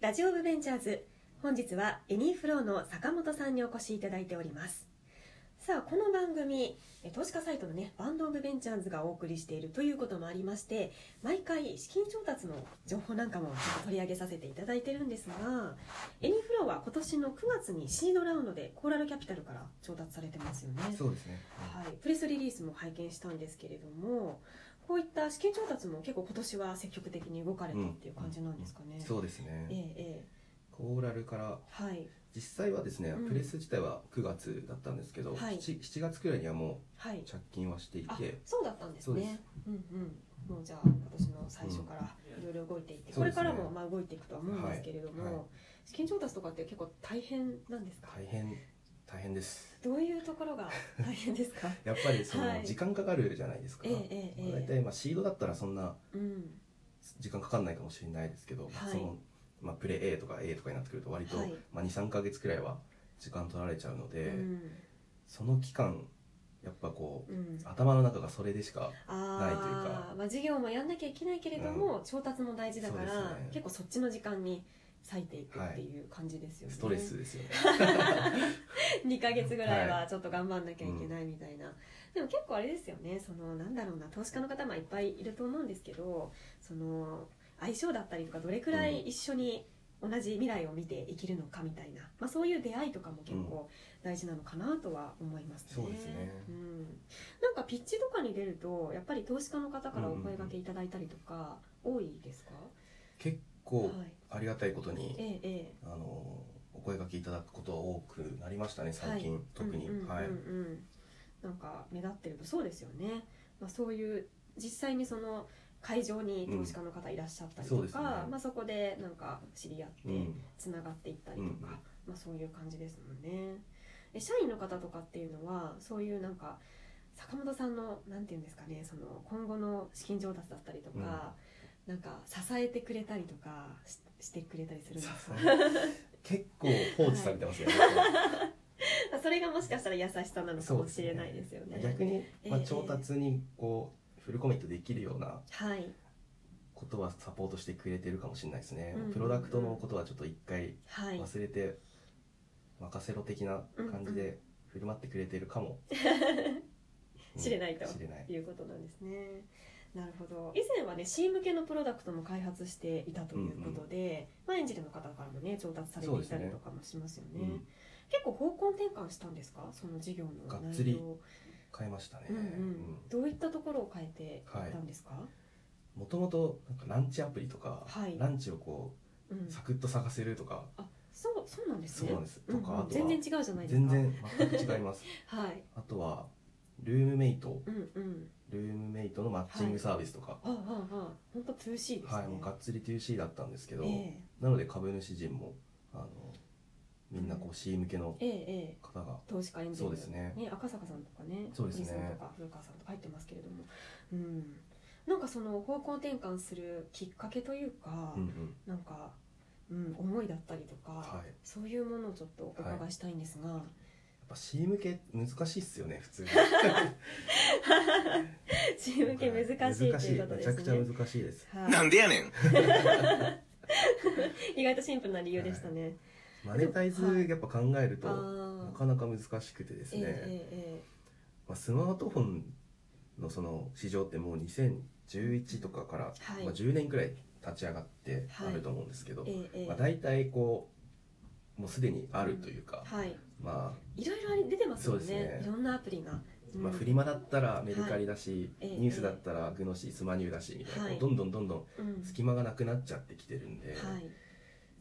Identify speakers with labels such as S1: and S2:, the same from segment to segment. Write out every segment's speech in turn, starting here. S1: ラジオブベンチャーズ本日はエニーフローの坂本さんにお越しいただいておりますさあこの番組え投資家サイトのねバンド・オブ・ベンチャーズがお送りしているということもありまして毎回資金調達の情報なんかもちょっと取り上げさせていただいてるんですがエニーフローは今年の9月にシードラウンドでコーラルキャピタルから調達されてますよね
S2: そうですね。
S1: はい、プレスリリースも拝見したんですけれどもこういった資金調達も結構今年は積極的に動かれたっていう感じなんですかね。
S2: そうです
S1: え
S2: ね。
S1: えええ
S2: コーラルから
S1: はい
S2: 実際はですね、
S1: うん
S2: プレス自体は9月だったんですけど、
S1: はい
S2: 七7月くらいにはも
S1: はいう
S2: 着金はしてい
S1: あ
S2: て、
S1: そうだったんです
S2: そうで
S1: ねう
S2: す
S1: んうんもうじゃあ今年の最初からいろいろ動いていって、
S2: うん
S1: これから
S2: そう
S1: も
S2: です
S1: まあ動いていくとは思うんですけれども、
S2: はいはい
S1: 資金調達とかって結構大変なんですか
S2: 大変大変です。
S1: どういうところが大変ですか
S2: やっぱりそ
S1: は
S2: の
S1: い
S2: 時間かかるじゃないですか。
S1: ええええ
S2: まあ大
S1: ええ
S2: 体まあシードだったらそんな
S1: うん
S2: 時間かかんないかもしれないですけど、
S1: はい
S2: そのまあプレ A とか A とかになってくると割と、
S1: はい
S2: まあ23ヶ月くらいは時間取られちゃうので、
S1: うん
S2: その期間やっぱこう、
S1: うん
S2: 頭の中がそれでしかないという
S1: ああ
S2: か
S1: まあ授業もやんなきゃいけないけれども、調達も大事だから、
S2: そうですね
S1: 結構そっちの時間に割いていくっていう感じですよね、
S2: ストレスですよね。
S1: 2ヶ月ぐらい
S2: は
S1: はちょっと頑張んなきゃいけないみたいな、でも結構あれですよねそのなんだろうな投資家の方もいっぱいいると思うんですけどその相性だったりとかどれくらい一緒に同じ未来を見て生きるのかみたいな、まあ、そういう出会いとかも結構大事なのかなとは思いますね。
S2: そうですね
S1: うん、なんかピッチとかに出るとやっぱり投資家の方からお声掛けいただいたりとか多いですか、
S2: 結構
S1: はい
S2: ありがたいことに、
S1: ええええ
S2: あのお声掛けいただくことは多くなりましたね最近、特に、
S1: うんうんうんうん
S2: はい、
S1: なんか目立ってるとそうですよね、まあ、そういう実際にその会場に投資家の方いらっしゃったりとか、
S2: うんそうですね
S1: まあ、そこでなんか知り合って
S2: うん、
S1: つながっていったりとか、
S2: うんうん
S1: まあ、そういう感じですもんねえ社員の方とかっていうのはそういうなんか坂本さんのなんて言うんですかねその今後の資金調達だったりとか、なんか支えてくれたりとかししてくれたりするんですか
S2: 結構放置されてますよね、
S1: それがもしかしたら優しさなのかもしれないですよね。
S2: 逆に、まあ、
S1: ええ
S2: 調達にこうフルコミットできるような
S1: はい
S2: ことはサポートしてくれてるかもしれないですね、
S1: うん
S2: プロダクトのことはちょっと一回
S1: はい、
S2: 忘れて任せろ的な感じで振る舞ってくれてるか も、うん
S1: 知れないと
S2: 知れない
S1: いうことなんですね。なるほど以前はね C 向けのプロダクトも開発していたということで、まあ、エンジェルの方からもね調達されていたりとかもしますよね
S2: うん
S1: 結構方向転換したんですかその事業の
S2: がっつ
S1: 内
S2: り
S1: 容、
S2: 変えましたね
S1: うんうんどういったところを変えていったんですか、
S2: もともとなんかランチアプリとか、
S1: はい
S2: ランチをこ
S1: うん
S2: う、サクッと探せるとか、
S1: あそうそうなんですね
S2: そうなんですとかあとは
S1: 全然違うじゃないですか
S2: 全然全く違い ます
S1: はい
S2: あとはルームメイト
S1: うんうん
S2: ルームメイトのマッチングサービスとか、
S1: ああああ本当 2C ですね
S2: はいもうがっつり 2C だったんですけど、
S1: え
S2: なので株主陣もあのみんなこう C 向けの
S1: えええええ
S2: 方が、
S1: 投資家エンジェ
S2: そう
S1: ル
S2: ですね
S1: 赤坂さんとかね
S2: そうですね
S1: 堀さんとか古川さんとか入ってますけれども、うん、なんかその方向転換するきっかけというか、
S2: うんうん
S1: なんか、うん、思いだったりとか、
S2: はい、やっ
S1: そういうものをちょっとお伺いしたいんですが、
S2: ぱ C 向け難しいっすよね普通に
S1: チーム系難しいということですね。
S2: 難しいめちゃくちゃ難しいです
S1: はい
S3: なんでやねん
S1: 意外とシンプルな理由でしたね。
S2: マネタイズやっぱ考えると、
S1: あ
S2: な
S1: あ、
S2: かなか難しくてです
S1: え
S2: ね、
S1: ええ
S2: まあ、スマートフォンのその市場ってもう2011とかから、
S1: はい
S2: まあ、10年くらい立ち上がって
S1: はい
S2: あると思うんですけど、
S1: えええええ
S2: まあ、大体こうもうすでにあるというか、
S1: はい、
S2: ま
S1: いろいろあれ出てますよね
S2: そうですね
S1: いろんなアプリが、
S2: あ、まあ、
S1: うん
S2: フリマだったらメルカリだし、
S1: はいええ
S2: ニュースだったらグノシースマニューだしみたいな、
S1: はい
S2: どんどんどんど
S1: うん
S2: ん隙間がなくなっちゃってきてるんで、
S1: はい、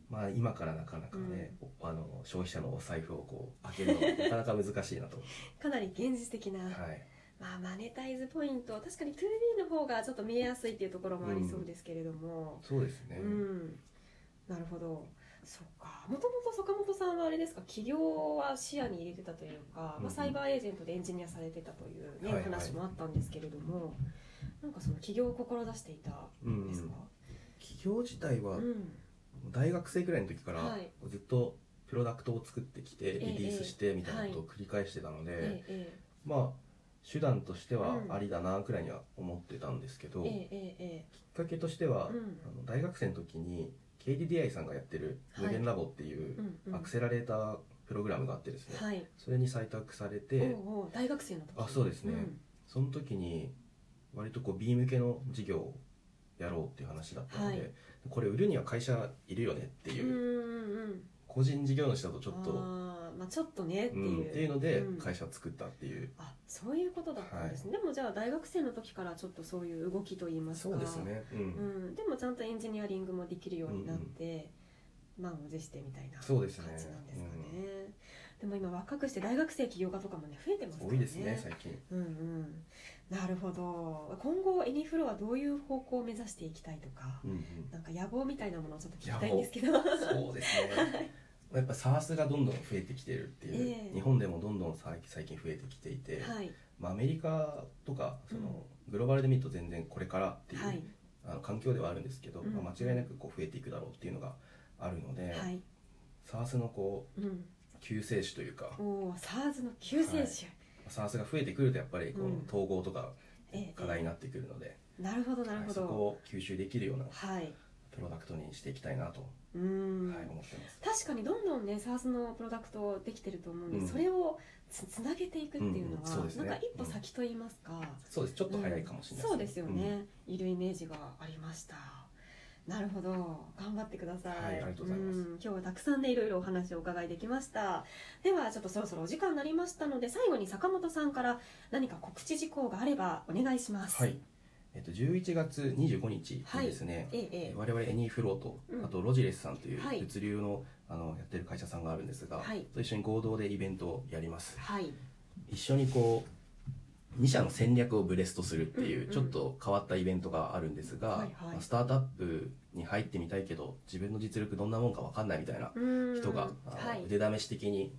S2: まあ、今からなかなかね、おあの消費者のお財布をこう開けるのはなかなか難し いなと、
S1: かなり現実的な、
S2: はい、
S1: まあ、マネタイズポイント確かに 2B の方がちょっと見えやすいっていうところもありそうですけれども
S2: そうです
S1: う
S2: ね、
S1: ん、なるほどそっかもともと坂本さんはあれですか起業は視野に入れてたというか、
S2: う
S1: ま
S2: んう
S1: あ、
S2: ん
S1: サイバーエージェントでエンジニアされてたという、ね
S2: はいはい
S1: 話もあったんですけれどもなんかその起業を志していた
S2: うん
S1: んですか、
S2: 企業自体
S1: う
S2: は
S1: ん
S2: 大学生くらいの時から
S1: はい
S2: ずっとプロダクトを作ってきて
S1: ええ
S2: リリースしてみたいなことを繰り返してたので、
S1: ええ
S2: まあ手段としては
S1: うん
S2: ありだなくらいには思ってたんですけど、
S1: ええ
S2: きっ
S1: ええええ
S2: かけとしては、
S1: うん
S2: あの大学生の時に KDDI さんがやってる
S1: はい
S2: 無限ラボっていう
S1: うんうん
S2: アクセラレータープログラムがあってですね、
S1: はい
S2: それに採択されて、
S1: おうおう大学生の時
S2: あそうですね
S1: ん
S2: その時に割とこう B 向けの事業をやろうっていう話だったので、
S1: はい
S2: これ売るには会社いるよねって
S1: うん
S2: いう、
S1: うんうん
S2: 個人事業主だとちょっと、
S1: あーまあちょっとねって
S2: うん
S1: いう、
S2: っていうので
S1: うん
S2: 会社を作ったっていう、
S1: あそういうことだったんですね、でもじゃあ大学生の時からちょっとそういう動きといいますか
S2: そうですね、うん
S1: うん、でもちゃんとエンジニアリングもできるようになって、満を持してみたいな感
S2: そう
S1: じなん
S2: で
S1: ですす
S2: ね
S1: かねでも今若くして大学生起業家とかもね増えてますからね
S2: 多いですね最近
S1: うんうんなるほど今後エニフロはどういう方向を目指していきたいとか、
S2: うんうん
S1: なんか野望みたいなものをちょっと聞きたいんですけ ど
S2: そうですねやっぱ SARS がどんどん増えてきてるっていう、
S1: ええ
S2: 日本でもどんどん最最近増えてきていて、
S1: はい
S2: まあ、アメリカとかそのグローバルで見ると全然これからっていう、
S1: はい
S2: あの環境ではあるんですけど、
S1: うん
S2: まあ、間違いなくこう増えていくだろうっていうのがあるので、
S1: はい、
S2: SARS のこ
S1: うん、
S2: う救世主というか
S1: おお SARS の救世主、
S2: SARS が増えてくるとやっぱりこ
S1: う
S2: の
S1: ん
S2: 統合とか
S1: ええ
S2: 課題になってくるので、
S1: なるほどなる
S2: はい
S1: ほ
S2: そこ
S1: ど
S2: を吸収できるような
S1: はい
S2: プロダクトにしていきたいなと、
S1: うーん、
S2: はい、思ってま
S1: 確
S2: す。
S1: かにどんどんね SARS のプロダクトできてると思うんで、
S2: うん
S1: それをつつなげていくっていうのは、
S2: うんそうですね
S1: なんか一歩先と言いますか、
S2: そうですちょっと早いかもしれない
S1: そうですよね、いるイメージがありましたなるほど頑張ってください、
S2: はいありがとうございます
S1: ん今日はたくさんでいろいろお話をお伺いできましたではちょっとそろそろお時間になりましたので最後に坂本さんから何か告知事項があればお願いします
S2: はい、えっと、11月25日にですね、
S1: ええ
S2: え
S1: え
S2: ー我々エニーフローと、
S1: うん
S2: あとロジレスさんという
S1: はい
S2: 物流の,、あのやってる会社さんがあるんですが、
S1: はい
S2: と一緒に合同でイベントをやります
S1: えはい
S2: 一緒にこう2社の戦略をブレストするっていう
S1: うん
S2: ちょっと変わったイベントがあるんですが、
S1: はいはい
S2: まあスタートアップに入ってみたいけど自分の実力どんなもんか分かんないみたいな
S1: うーん
S2: 人が、あの
S1: はい、
S2: 腕試し的に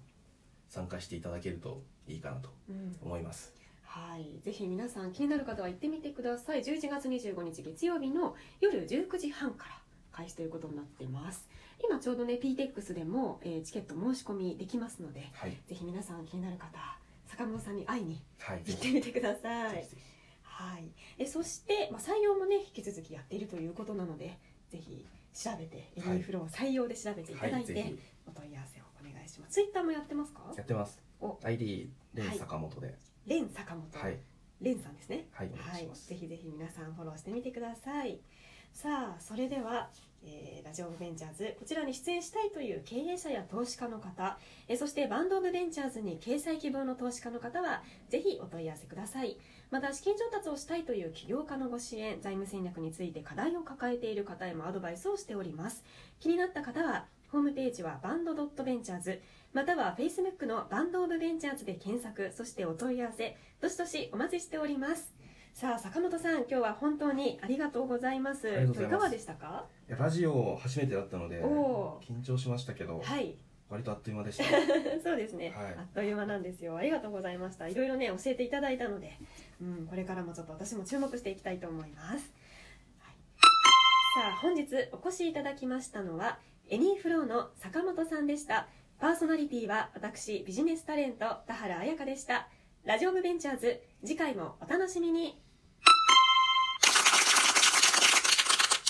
S2: 参加していただけるといいかなと
S1: うん
S2: 思います。
S1: はい、ぜひ皆さん気になる方は行ってみてください11月25日月曜日の夜19時半から開始ということになっています今ちょうどね PTEX でも、えーチケット申し込みできますので
S2: はい、
S1: ぜひ皆さん気になる方坂本さんに会いに
S2: はい、
S1: 行ってみてくださ
S2: ぜ
S1: い
S2: ひぜひ
S1: はい、えそして、まあ、採用もね引き続きやっているということなのでぜひ調べて、エ
S2: はい
S1: ニーフローを採用で調べていただ
S2: はいい、
S1: て、
S2: ぜひ
S1: お問い合わせをお願いしますツイッターもやってますか
S2: やってます
S1: お。
S2: ID レ
S1: は
S2: ン
S1: い
S2: 坂本で、
S1: レン坂本、
S2: はい、
S1: レンさんですね
S2: はい、お
S1: は
S2: 願いし
S1: い
S2: ま、す
S1: ぜ。ひぜひ皆さんフォローしてみてくださいさあそれでは、えーラジオオブベンチャーズこちらに出演したいという経営者や投資家の方、えーそしてバンドオブベンチャーズに掲載希望の投資家の方はぜひお問い合わせくださいまた資金調達をしたいという起業家のご支援財務戦略について課題を抱えている方へもアドバイスをしております気になった方はホームページはバンドドットベンチャーズまたは Facebook のバンドオブベンチャーズで検索そしてお問い合わせどしどしお待ちしておりますさあ坂本さん今日は本当にありがとうございます
S2: ありがとうございます
S1: かがでしたか
S2: いやラジオ初めてだったので
S1: おー
S2: 緊張しましたけど、
S1: はい
S2: 割とあっという間でした。
S1: そうですね、
S2: はい
S1: あっという間なんですよありがとうございましたいろいろね教えていただいたので、うん、これからもちょっと私も注目していきたいと思います、はいさあ本日お越しいただきましたのはエニーフローの坂本さんでしたパーソナリティは私ビジネスタレント田原彩香でしたラジオムベンチャーズ次回もお楽しみに